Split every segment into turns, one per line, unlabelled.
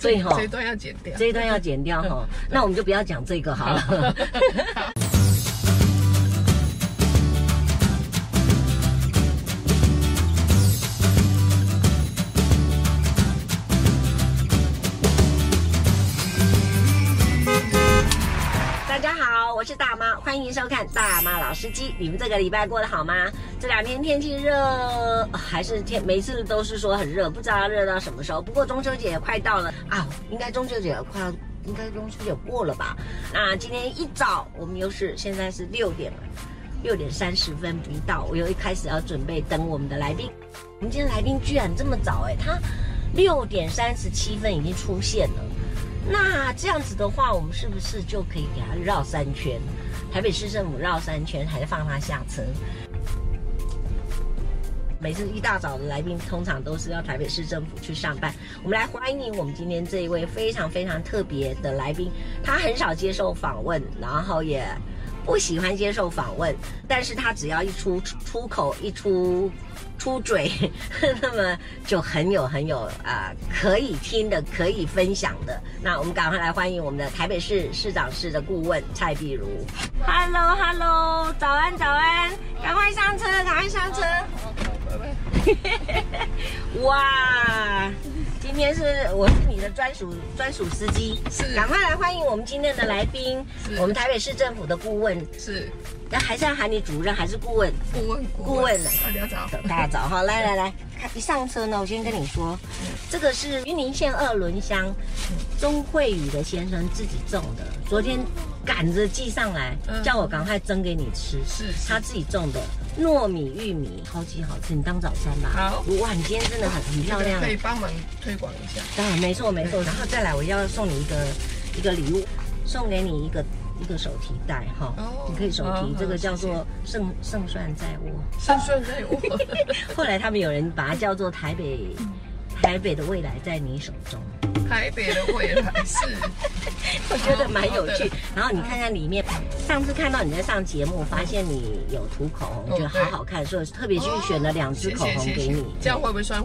所以哈、
这一段要剪掉。
啊这一段要嗯剪掉哈、那我们就不要讲这个好了。大家好，我是大妈，欢迎收看《大妈老司机》。你们这个礼拜过得好吗？这两天天气热，呃还是天每次都是说很热，不知道热到什么时候。不过中秋节也快到了啊，应该中秋节也快要，应该中秋节过了吧？那今天一早我们又是现在是六点了，六点三十分不到，我又一开始要准备等我们的来宾。我们今天来宾居然这么早哎、他六点三十七分已经出现了。那这样子的话，我们是不是就可以给他绕三圈？台北市政府绕三圈，还放他下车？每次一大早的来宾，通常都是要台北市政府去上班。我们来欢迎我们今天这一位非常非常特别的来宾，他很少接受访问，然后也不喜欢接受访问，但是他只要一出出口一出出嘴， 那么就很有很有啊、呃可以听的，可以分享的。那我们赶快来欢迎我们的台北市市长室的顾问蔡碧如。Hello Hello，早安早安，赶快上车，赶快上车。 哇，今天是我是你的专属专属司机，
是
赶快来欢迎我们今天的来宾，
是
我们台北市政府的顾问，
是
那还是要喊你主任还是顾问？
顾问，
顾问啊
大家早。
大家早好，来来来，看一上车呢，我先跟你说，这个是云林县二轮乡钟慧宇的先生自己种的，昨天赶着寄上来，
嗯
叫我赶快蒸给你吃，
是是
他自己种的糯米玉米，超级好吃，你当早餐吧。
好
哇，你今天真的很很漂亮
可。以帮忙推广一下。
当然没错没错，然后再来我要送你一个一个礼物，送给你一个一个手提袋哈，
哦
你可以手
好
提，
好
这个叫
谢谢
做胜胜算在握。
胜算在我。
后来他们有人把它叫做台北，台北的未来在你手中，
台北的未来是，
我觉得蛮有趣
好的。
然后你看看里面，上次看到你在上节目，发现你有涂口红，
哦
我觉得好好看，所以特别去选了两支口红给你。
哦
哦
这样会不会算？。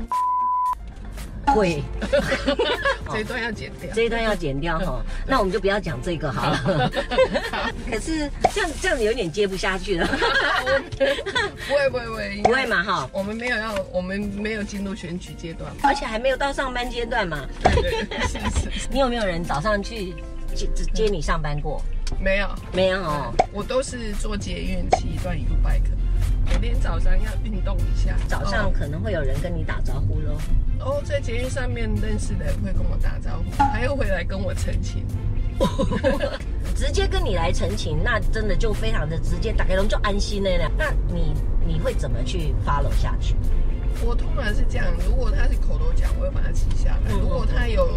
会
这一段要剪掉。
这一段要剪掉哈，那我们就不要讲这个好了。 可是这样这样有点接不下去了，
不会不会不会，
不会嘛哈？
我们没有要，我们没有进入选举阶段嘛。
而且还没有到上班阶段嘛。
对对对，是是，
你有没有人早上去接接你上班过？
没有，
没有哦。
我都是坐捷运骑一段 U bike，每天早上要运动一下。
早上可能会有人跟你打招呼喽。
哦，在捷运上面认识的会跟我打招呼，还会回来跟我澄清。
直接跟你来澄清，那真的就非常的直接，打开龙就安心了呢。那你你会怎么去 follow 下去？
我通常是这样，如果他是口头讲，我会把它记下来；
嗯哦
如果他有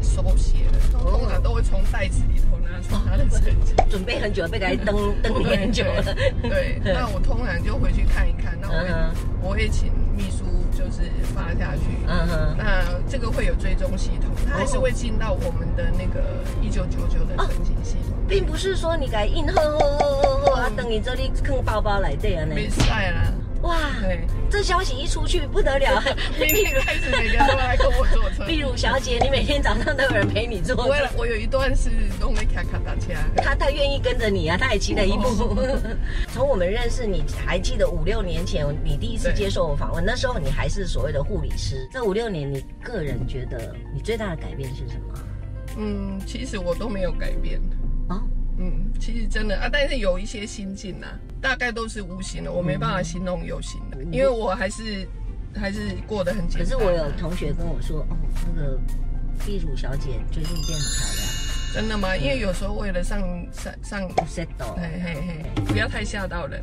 手写的，我通常都会从袋子里头拿出他的成 绩。
准备很久了，被该 登登你很久了。
对，那我通常就回去看一看，那我会、
嗯
我会请秘书就是发下去。
嗯哼，
那这个会有追踪系统，它还是会进到我们的那个一九九九的申请系统。
并不是说你该哦硬喝喝喝喝喝，啊，等你这里坑包包来对啊呢。
没赛啦，
哇，
对，
这消息一出去不得 了。
明天开始每个人都来跟我坐车。
例如小姐，你每天早上都有人陪你坐
我，我有一段是弄那卡卡达车，
他他愿意跟着你啊，他也期待一 步。从我们认识你，还记得五六年前你第一次
对
接受我访问，那时候你还是所谓的护理师。这五六年，你个人觉得你最大的改变是什么？
嗯，其实我都没有改变，
哦，
嗯，其实真的啊，但是有一些心境啊，大概都是无形的，我没办法形容有形的，因为我还是还是过得很简
嗯可
单啊。
是我有同学跟我说，哦，那个碧如小姐最近变很漂亮
真的吗？因为有时候为了上上上，
哦，set
嘿嘿嘿，不要太吓到 人。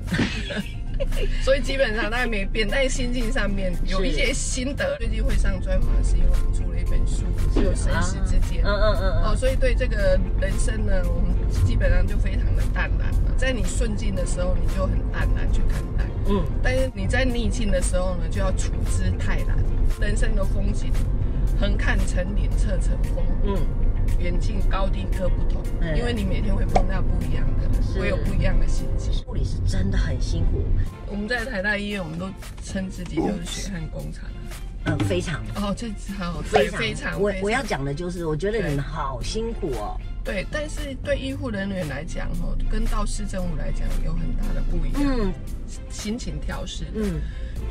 所以基本上大概没变，但是心境上面有一些心得。最近会上专访是因为我出了一本书，就生死之间。
嗯嗯嗯
哦，
嗯，
所以对这个人生呢，我们基本上就非常的淡然了。在你顺境的时候，你就很淡然去看待；
嗯，
但是你在逆境的时候呢，就要处之泰然。人生的风景，横看成岭侧成峰，
嗯，
远近高低各不同。
嗯
因为你每天会碰到不一样的人，
是
会有不一样的心情。
护理师真的很辛苦。
我们在台大医院，我们都称自己就是血汗工厂啊。
嗯，非常
哦，这好
非
对
常
非常，
我
非
我要
常
讲的就是，我觉得你们
对
好辛苦哦。
对，但是对医护人员来讲，哦，跟到市政府来讲有很大的不一样，
嗯
心情调试。
嗯，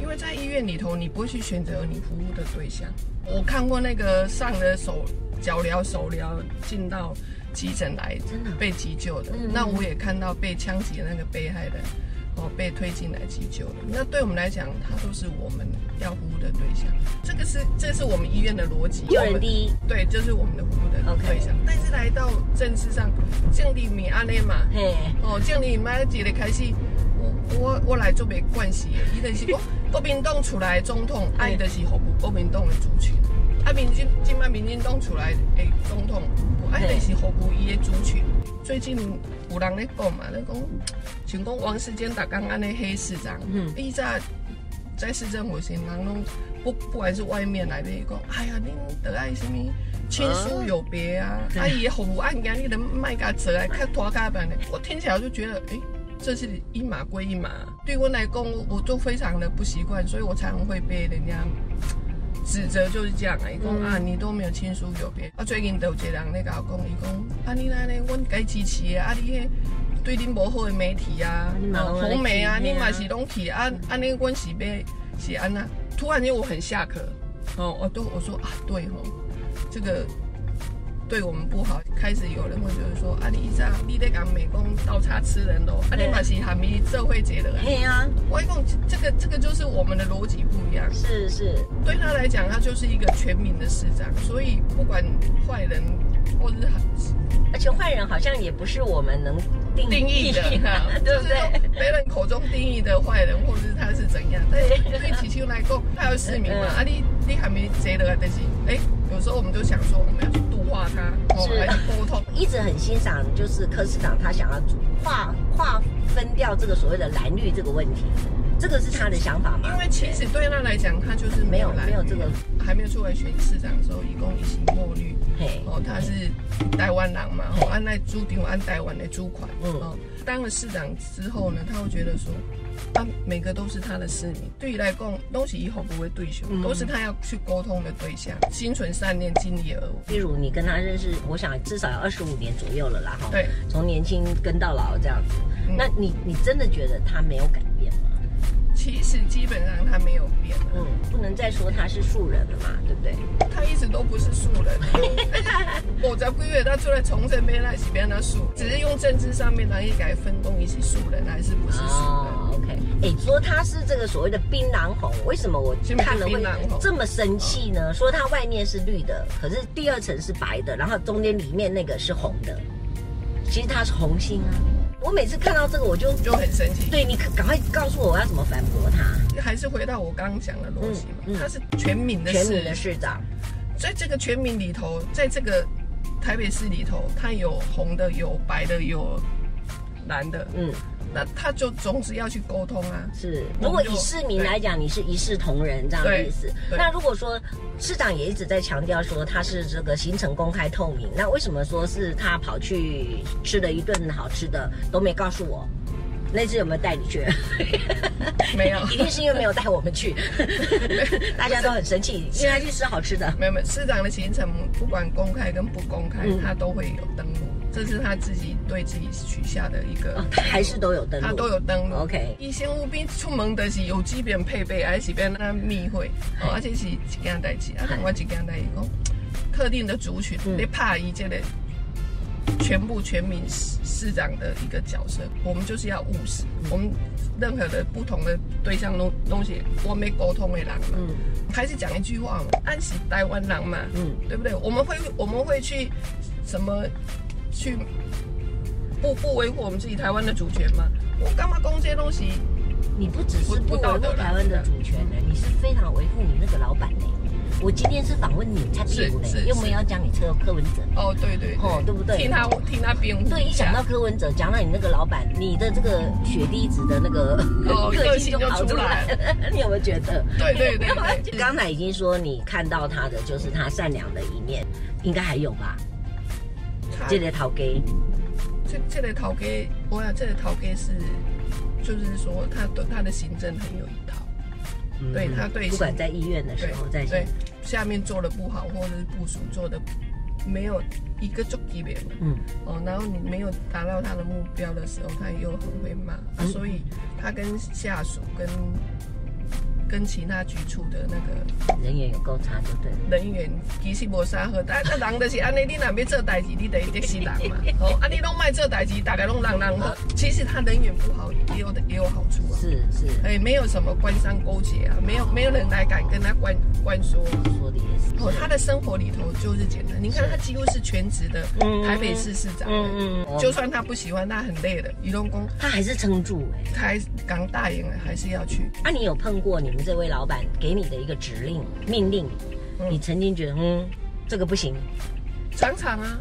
因为在医院里头，你不会去选择你服务的对象。我看过那个上了手脚疗、手疗进到急诊来
真的啊
被急救的
嗯，
那我也看到被枪击的那个被害人，哦，被推进来急救的。那对我们来讲，他都是我们要服务的对象。这个是这是我们医院的逻辑，
救
我
人
们
第一，
对，这是我们的服务的
OK
对象。但是来到政治上，降低米安内嘛，
嘿，
哦，这样你妈一个开始，我我我来做没关系的，伊就是讲国民党出来的总统，啊，伊就是服务国民党的族群，啊，民进今摆民进党出来诶总统，啊，伊就是服务伊的族群。最近有人咧讲嘛，咧讲，像讲王世坚打刚安的黑市长，
嗯
嗯，伊在在市政府先人拢不不管是外面来的讲，哎呀，恁得爱什么亲疏有别啊，
啊
啊伊的服务案件，你能卖甲折来看拖甲板的，我听起来我就觉得，诶，这是一码归一码。对我来讲，我我都非常的不习惯，所以我常常会被人家。指责就是这样啊，伊讲、
嗯
啊，你都没有亲疏有别。啊，最近都有一个人咧甲我讲，伊讲啊，你那咧，阮该支持的啊，你迄对恁无好的媒体啊
你，嘛
哦
拢在
红媒啊，
去
你嘛
啊
是拢去啊，安尼阮是要是安那。突然间我很下课，哦，我都我说啊，对吼、这个对我们不好。开始有人会觉得说啊，你这样你在讲美工倒茶吃人咯，啊，
对
你嘛是含义社会节的人。
嘿啊，
我讲这个这个就是我们的逻辑不一样。
是是，
对他来讲，他就是一个全民的市长，所以不管坏人或是
而且坏人好像也不是我们能定
定义的，哈
对不
就是
对？
说别人口中定义的坏人，或者是他是怎样。但是对起秋来讲，他有市民嘛，
嗯
啊你你还没接的，但是哎，有时候我们就想说我们要去度化他，哦
是，
来去沟通。
一直很欣赏，就是柯市长他想要划划分掉这个所谓的蓝绿这个问题，这个是他的想法吗
因？为其实对他来讲，他就是
没
没
有
有来
没有这个，
还没有出来选市长的时候，一共一心墨绿。
嘿，
哦，他是台湾人嘛，哦，按那主张按台湾的主款，
嗯
哦，当了市长之后呢，他会觉得说，啊，每个都是他的市民，对于来讲，都是以后不会对象，
嗯
都是他要去沟通的对象，心存善念，尽力而为，
例如你跟他认识，我想至少要二十五年左右了啦，哈，
对，
从年轻跟到老这样子。
嗯
那你你真的觉得他没有改变吗？
其实基本上他没有变啊，
嗯，不能再说他是素人了嘛，对不对？
他一直都不是素人，哦 我在规月他出来重振被那起变他素，只是用政治上面来改分工，一起素人还是不是素人？
哦，OK，哎，说他是这个所谓的槟榔红，为什么我
是不是
看了会
槟榔红
这么生气呢？说它外面是绿的，可是第二层是白的，然后中间里面那个是红的，其实它是红心啊。我每次看到这个，我就
就很神奇，
对你赶快告诉我，我要怎么反驳他？
还是回到我刚刚讲的逻辑嘛
嗯嗯，
它是全民的
全
事
民，的市长，
在这个全民里头，在这个台北市里头，它有红的，有白的，有蓝的，
嗯，
那他就总是要去沟通 啊。
是。
我们
如果
就
以市民来讲，你是一视同仁这样的
对
意思。
对
那如果说市长也一直在强调说他是这个行程公开透明，那为什么说是他跑去吃了一顿好吃的都没告诉我？那次有没有带你 去？
没有
一定是因为没有带我们 去，大家都很生气，现在去吃好吃的。
没有没有，市长的行程不管公开跟不公开，
嗯
他都会有登录，这是他自己对自己许下的一个
哦，他还是都有登录，
他都有登录。
OK
医生务必出门的是有基本配备，而且变那密会，哦，而且是一件代志，啊，另外一件代志讲，特定的族群，
嗯
你怕伊这个全部全民市市长的一个角色，我们就是要务实，我们任何的不同的对象东东西，我没沟通的人嘛，
嗯
还是讲一句话嘛，按是台湾人嘛，
嗯，
对不对？我们会我们会去什么去不不维护我们自己台湾的主权吗？我干嘛攻这些东西？
你不只是不
不
维
不道
护
德啦
台湾的主权呢，你是非常维护你那个老板呢。我今天是访问你他屁股呢
是，是
又没有讲你车柯文哲。
哦，对对
哦对不对
听他听他辩护下。
对，一讲到柯文哲，讲到你那个老板，你的这个血滴子的那个
哦
个性就
个性就
跑出
出
来
来
了， 你有没有觉得？
对对对对对，
刚才已经说你看到他的就是他善良的一面，应该还有吧？
他
这个陶给
这这类陶给，我想这类陶给是，就是说他对他的行政很有一套，
嗯
对他对
不管在医院的时候，在
对下面做的不好，或者是部署做的没有一个足级别嘛，
嗯
哦，然后你没有达到他的目标的时候，他又很会骂，啊
嗯
所以他跟下属跟跟其他局处的那个
人也有够差就对了。
人员其实无啥好，但但人就是安尼，你若要做代志，你得得是人嘛，哦，啊你拢卖做代志，大家拢人人好，其实他人缘不好也有也有好处啊。
是是，
哎，没有什么官商勾结啊，没有没有人来敢跟他官官说、
说的也是。
哦，他的生活里头就是简单。你看，他几乎是全职的
嗯
台北市市长，欸
嗯嗯
就算他不喜欢，他很累了，移动工
他还是撑住哎、
开港大营了，还是要去。
那、啊你有碰过你们这位老板给你的一个指令命令，
嗯
你曾经觉得嗯这个不行，
常常 啊，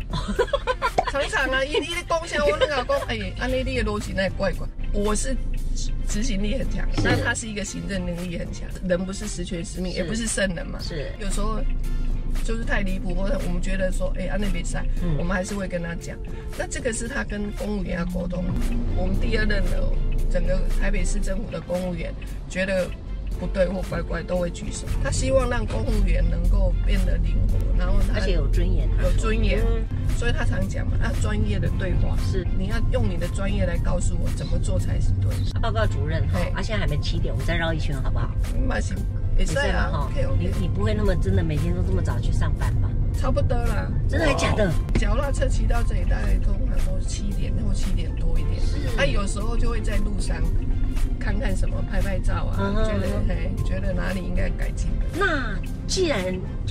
常常啊，一一贡献我那个公，哎，安内利的逻辑那怪怪。我是执执行力很强，
是
那他是一个行政能力很强，人不是十全十美，
是
也不是圣人嘛。
是
有时候就是太离谱，或者我们觉得说，哎、安内比赛，
嗯
我们还是会跟他讲。那这个是他跟公务员要沟通。我们第二任的哦整个台北市政府的公务员觉得不对或乖乖都会举手，他希望让公务员能够变得灵活，然后他
而且有尊严啊。
有尊严。
嗯
所以他常讲嘛，啊，专业的对话
是
你要用你的专业来告诉我怎么做才是对。
报告主任哈
对，
啊，现在还没七点，我们再绕一圈好不好？
嗯嘛是，也是
嘛
啊，OK
你
OK，
你不会那么真的每天都这么早去上班吧？
差不多啦。
真的还假的？
脚踏车骑到这里大概通常都是七点或七点多一点，
是
啊，有时候就会在路上看看什么，拍拍照啊
嗯哼
觉得
嗯
哎，觉得哪里应该改进的。
那既然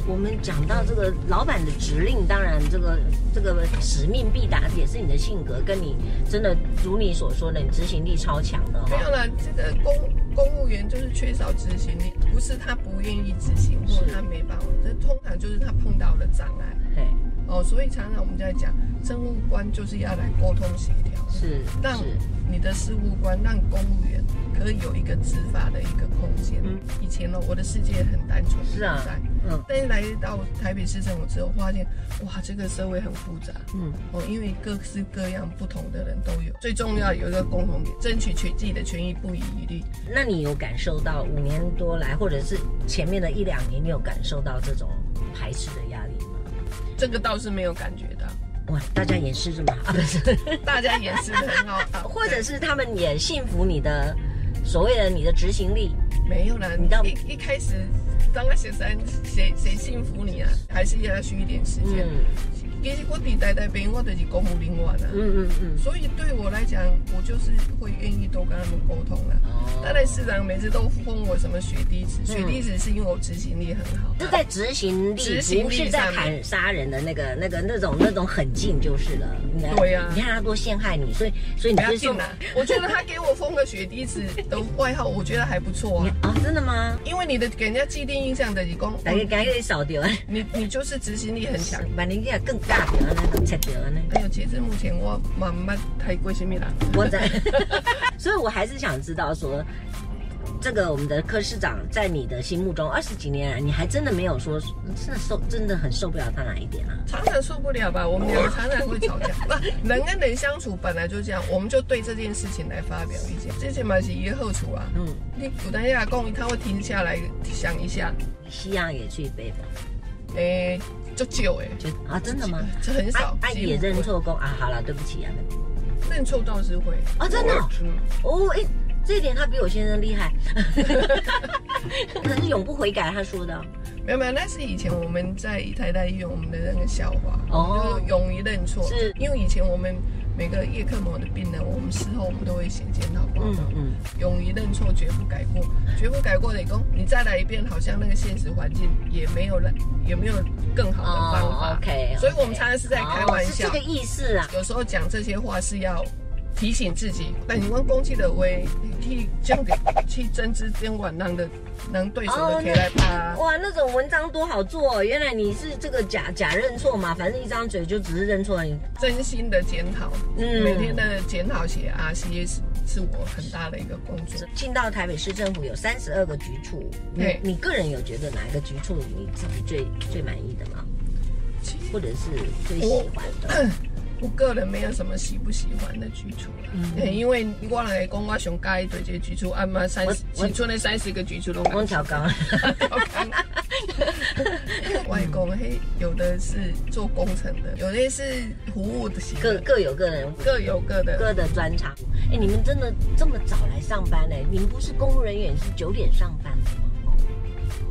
我们讲到这个老板的指令，当然这个这个使命必达也是你的性格，跟你真的如你所说的，你执行力超强的
没
哈。
有啦，这个公公务员就是缺少执行力，不是他不愿意执行，或者
是
他没办法，这通常就是他碰到了障碍。
嘿，
哦，所以常常我们在讲，政务官就是要来沟通协调，
是
让
是，啊
你的事务官让公务员可以有一个执法的一个空间。
嗯
以前呢，我的世界很单纯，
是啊
很单
嗯
但是来到台北市政府之后，发现哇，这个社会很复杂
嗯，
哦，因为各式各样不同的人都有。最重要有一个共同点，争取权自己的权益不遗余力。
那你有感受到五年多来，或者是前面的一两年，你有感受到这种排斥的压力吗？
这个倒是没有感觉到，
哇，大家掩饰着嘛啊，不是。
大家掩饰得很好，啊
或者是他们也信服你的所谓的你的执行力，
没有啦，
你到
一一开始当个学生，谁谁幸福你啊？还是要需一点时间。
嗯
其实我伫台台边，我就是公务人员啊，
嗯嗯嗯，
所以对我来讲，我就是会愿意多跟他们沟通啊。
哦
当然，市长每次都封我什么血滴子，血滴子是因为我执行力很好。啊
是嗯在执行力，
执行力
不是在
上面
砍杀人的那个、那个、那种、那种狠劲就是了。你看
对呀
你看他多陷害你，所以所以
不
你
要
就是
进
说，
来，我觉得他给我封个血滴子的外号，我觉得还不错
你
啊。
啊，真的吗？
因为你的给人家既定印象的，你公，
赶紧赶紧扫掉，
你你就是执行力很强。
把人家更尬掉那个拆掉那个。
哎呦，截至目前我慢慢太过什么啦。
我在， 所以我还是想知道说，这个我们的柯市长在你的心目中二十几年来，你还真的没有说真的受真的很受不了他哪一点啊？
常常受不了吧？我们两个常常会吵架。不，人跟人相处本来就这样，我们就对这件事情来发表意见。这件嘛是一个后处啊。
嗯，
你古代亚公他会停下来想一下，
西洋也去背吧，
诶、就久诶，
就啊，真的吗？
这很少
啊，。啊
几乎
也
不会
认，错工啊，好了，对不起啊，对不起
认错倒是会。
啊，真的哦
嗯，
哦，哎、这一点他比我先生厉害， 可是永不悔改，他说的，哦
没有没有，那是以前我们在台大医院我们的那个笑话，
哦
就是勇于认错。
是
因为以前我们每个叶克膜的病人，我们事后我们都会写检讨报告。
嗯嗯，
勇于认错，绝不改过，绝不改过的功，你再来一遍，好像那个现实环境也没有了，也没有更好的方法。
哦，OK，
所以我们常常是在开玩笑，
哦是这个意思啊，
有时候讲这些话是要提醒自己，但你问攻击的威，去这样的去争执跟晚上的能对手的
哦
K 来吧。
哇，那种文章多好做、哦，原来你是这个假假认错嘛，反正一张嘴就只是认错而已，
真心的检讨，
嗯
每天的检讨写 RCS 是我很大的一个工作。
进到台北市政府有三十二个局处，你
对
你个人有觉得哪一个局处你自己最最满意的吗？
其实
或者是最喜欢的？
我个人没有什么喜不喜欢的举措啦，
嗯
嘿因为我来讲，我上喜欢对这个举措，啊嘛三十，
我我
青春的三十个举措都
我调高。啊
好看。 外公，嘿，有的是做工程的，有的是服务的型，
各各有各人
各有各的。
各的专长。哎、你们真的这么早来上班呢、你们不是公务人员，是九点上班的吗？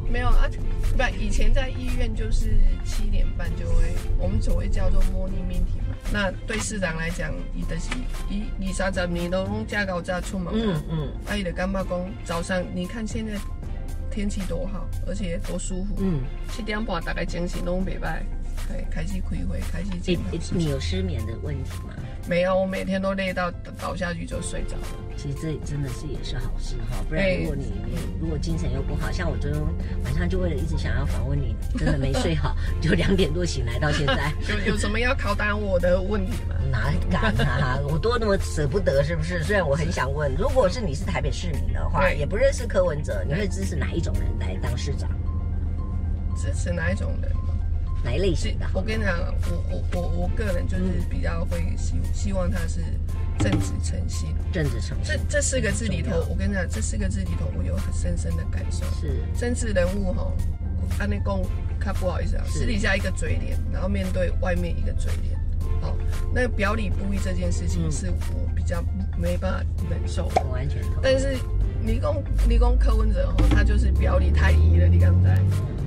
没有啊，不，以前在医院就是七点半就会，我们所谓叫做 morning meeting 嘛。那对市长来讲，伊就是伊二三十年都拢加高加出门，
嗯
嗯，
嗯
啊，伊就干巴讲早上，你看现在天气多好，而且多舒服，
嗯，
七点半大概精神拢袂歹，开开始开会，开始
你
进行
你
事
你
情。
有失眠的问题吗？
没有，我每天都累到倒下去就睡着了。
其实这真的是也是好事哈，不然如果你你如果精神又不好，像我昨天晚上就为了一直想要访问你，真的没睡好，就两点多醒来到现在，
有有什么要考答我的问题吗？
哪敢啊！我多那么舍不得，是不是？虽然我很想问，如果是你是台北市民的话，
对
也不认识柯文哲，你会支持哪一种人来当市长？
支持哪一种人？
哪一类
是
型的？
我跟你讲，我我我我个人就是
嗯
比较会希希望他是正直诚信。
政治成
这这四个字里头
重要，
我跟你讲，这四个字里头，我有很深深的感受。
是
政治人物哈，安内公他不好意思啊，
是
私底下一个嘴脸，然后面对外面一个嘴脸。好，那表里不一这件事情
嗯
是我比较没办法忍受的。
我完全同意。
但是你讲你讲柯文哲哦，他就是表里太一了，你敢不知？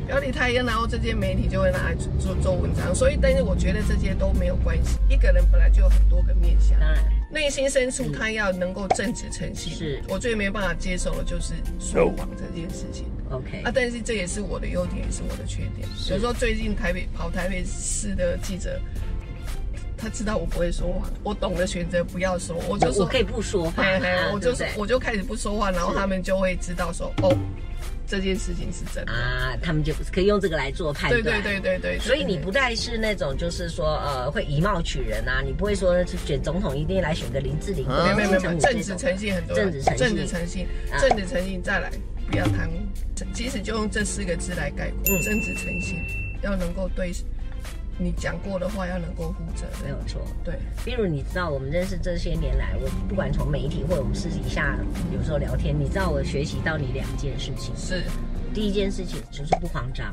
表里太一，然后这些媒体就会拿来做做做文章，所以但是我觉得这些都没有关系，一个人本来就有很多个面相。
当然，
内心深处，他要能够正直诚信。
是
我最没办法接受的就是说谎这件事情
OK，、
啊！但是这也是我的优点，也是我的缺点。有时候最近台北跑台北市的记者，他知道我不会说谎，我懂得选择不要说，我就
我
说
我可以不说话
嘿嘿，
啊，
我
对
就
不
是
对
我就开始不说话，然后他们就会知道说，哦，这件事情是真的。
啊，他们就可以用这个来做判
对
断。
对对对对，
所以你不再是那种就是说呃会以貌取人啊，你不会说选总统一定来选个林志玲、
啊没有没有没有没有，
金城武
政治
这种
诚信很多，啊
政治啊诚信
政治诚信，
啊
政治诚信再来，不要贪污。即使就用这四个字来概括，
嗯
政治诚信要能够对你讲过的话要能够负责
没
任
有。错。
对，
比如你知道，我们认识这些年来，我不管从媒体或者我们私底下有时候聊天，你知道我学习到你两件事情。
是
第一件事情就是不慌张，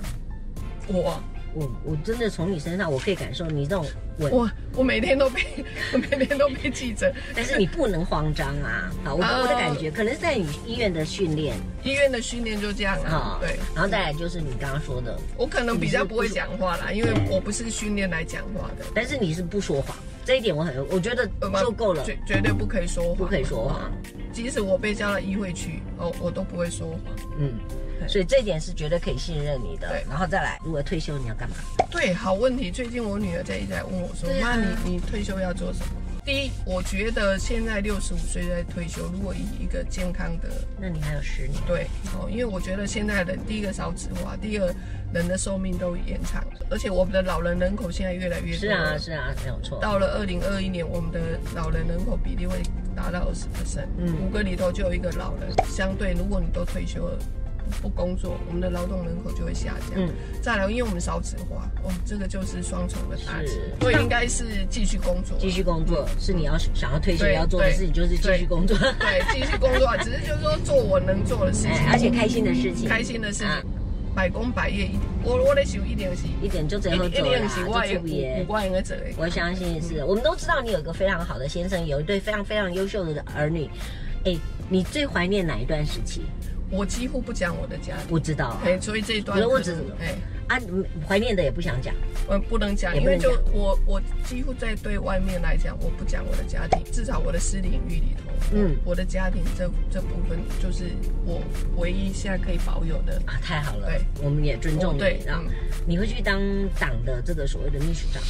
我
我我真的从你身上我可以感受你这种稳
我我每天都被 我每天都被记者
但是你不能慌张啊！好，我
哦
我的感觉可能是在你医院的训练
医院的训练就这样
啊
啊，，对。
然后再来就是你刚刚说的，
我可能比较不会讲话啦，因为我不是训练来讲话的，
但是你是不说谎，这一点我很我觉得
呃
就够了，
绝绝对不可以说谎，
不可以说谎。
即使我被叫到议会去，哦，我都不会说谎。
嗯，
对
所以这一点是绝对可以信任你的
对。
然后再来，如果退休你要干嘛？
对，好问题。最近我女儿在一直在问我说：“
对啊
妈，你你退休要做什么？”第一，我觉得现在六十五岁在退休，如果以一个健康的
那你还有十年，
对哦，因为我觉得现在人第一个少子化，第二人的寿命都延长了，而且我们的老人人口现在越来越多。
是啊是啊，没有错，
到了二零二一年，我们的老人人口比例会达到二十 percent，
嗯
五个里头就有一个老人。相对，如果你都退休了。不不工作，我们的劳动人口就会下降。
嗯
再来，因为我们少子化，哦，这个就是双重的打击
是。
所以应该是继续工作，
继续工作是你要想要退休
嗯对
要做的
对
事情，就是继续
对
工作，
对，继续工作，只是就是说做我能做的事 情
哎，，而且开心的事情，
开心的事
啊
情，百工百业。我我在想一定是，
一点就最后
一
走
定是我
啦，就
的
出别
有。我应该做的。
我相信也是，我们都知道你有一个非常好的先生，有一对非常非常优秀的儿女。哎，你最怀念哪一段时期？
我几乎不讲我的家里，
我知道啊
哎，所以这一段
可是我
可
只
能哎。
啊，嗯怀念的也不想讲，
我不能讲，
也
因
不能
为就我我几乎在对外面来讲，我不讲我的家庭，至少我的私领域里头，
嗯
嗯，我的家庭这这部分就是我唯一现在可以保有的。
啊，太好了
对，
我们也尊重
哦对
你啊
嗯。
你会去当党的这个所谓的秘书长吗？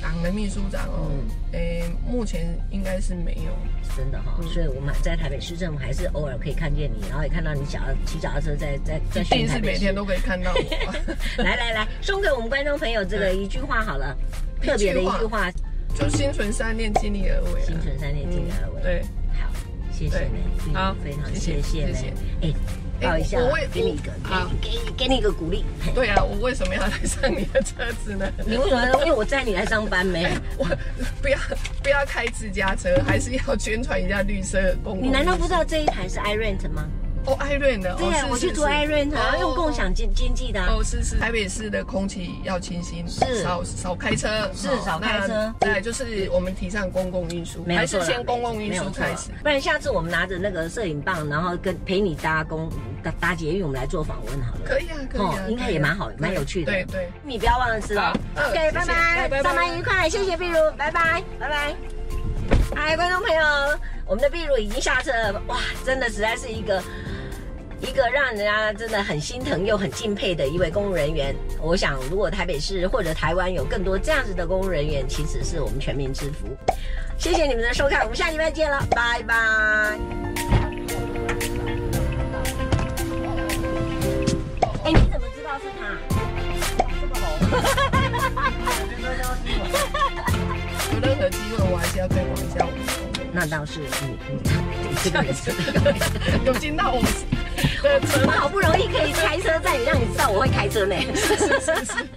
党的秘书长哦，诶、目前应该是没有，
真的哈、
嗯
所以我们在台北市政府还是偶尔可以看见你，然后也看到你脚骑脚踏车在在在
一
巡
定
台
是
北
每
市
天。都可以看到 我。
来来来，送给我们观众朋友这个一句话好了，
一句
特别的一
话
句话，
就心存善念，尽力而为、啊。
心存善念，敬而为。
对，
好，谢谢
对
你，非
好
常非常谢
谢谢
谢
谢谢
你。哎，抱一下
哎我我也，
给你一个，
啊
给你给你给你一个鼓励。 嘿
对啊，我为什么要来上你的车子呢？
你为什么？因为我载你来上班没？
我不要不要开自家车，还是要宣传一下绿色公共。
你难道不知道这一台是 iRent 吗？
哦，艾瑞呢？
对
哦
啊，
是
我去
是
做
是
iRent，然后用共享经经济的啊。
哦，是是，台北市的空气要清新，
是
少少开车，
是
哦
少开车
那再来就是我们提倡公共运输，
没有
还
错
是
啦
先公共运
没有
输
错啊
开
啦
始。
不然下次我们拿着那个摄影棒，然后跟陪你搭公搭搭捷运，我们来做访问好了。
可以啊，可以啊，
哦应该也蛮好，蛮有趣的。
对对。
你不要忘了吃哦
好。嗯
OK，
谢谢
拜拜，
拜拜
上班愉快，谢谢碧如，拜拜，拜拜。嗨，观众朋友，我们的碧如已经下车了，哇，真的实在是一个。一个让人家真的很心疼又很敬佩的一位公务人员，我想如果台北市或者台湾有更多这样子的公务人员，其实是我们全民之福。谢谢你们的收看，我们下礼拜见了，拜拜。哎，你怎么知道是他？
有任何机会，我还是要推广一下我们
那倒是，你你你这个人 是，
的， 有听到我 们的车
我好不容易可以开车载你，让你知道我会开车呢。
是是是。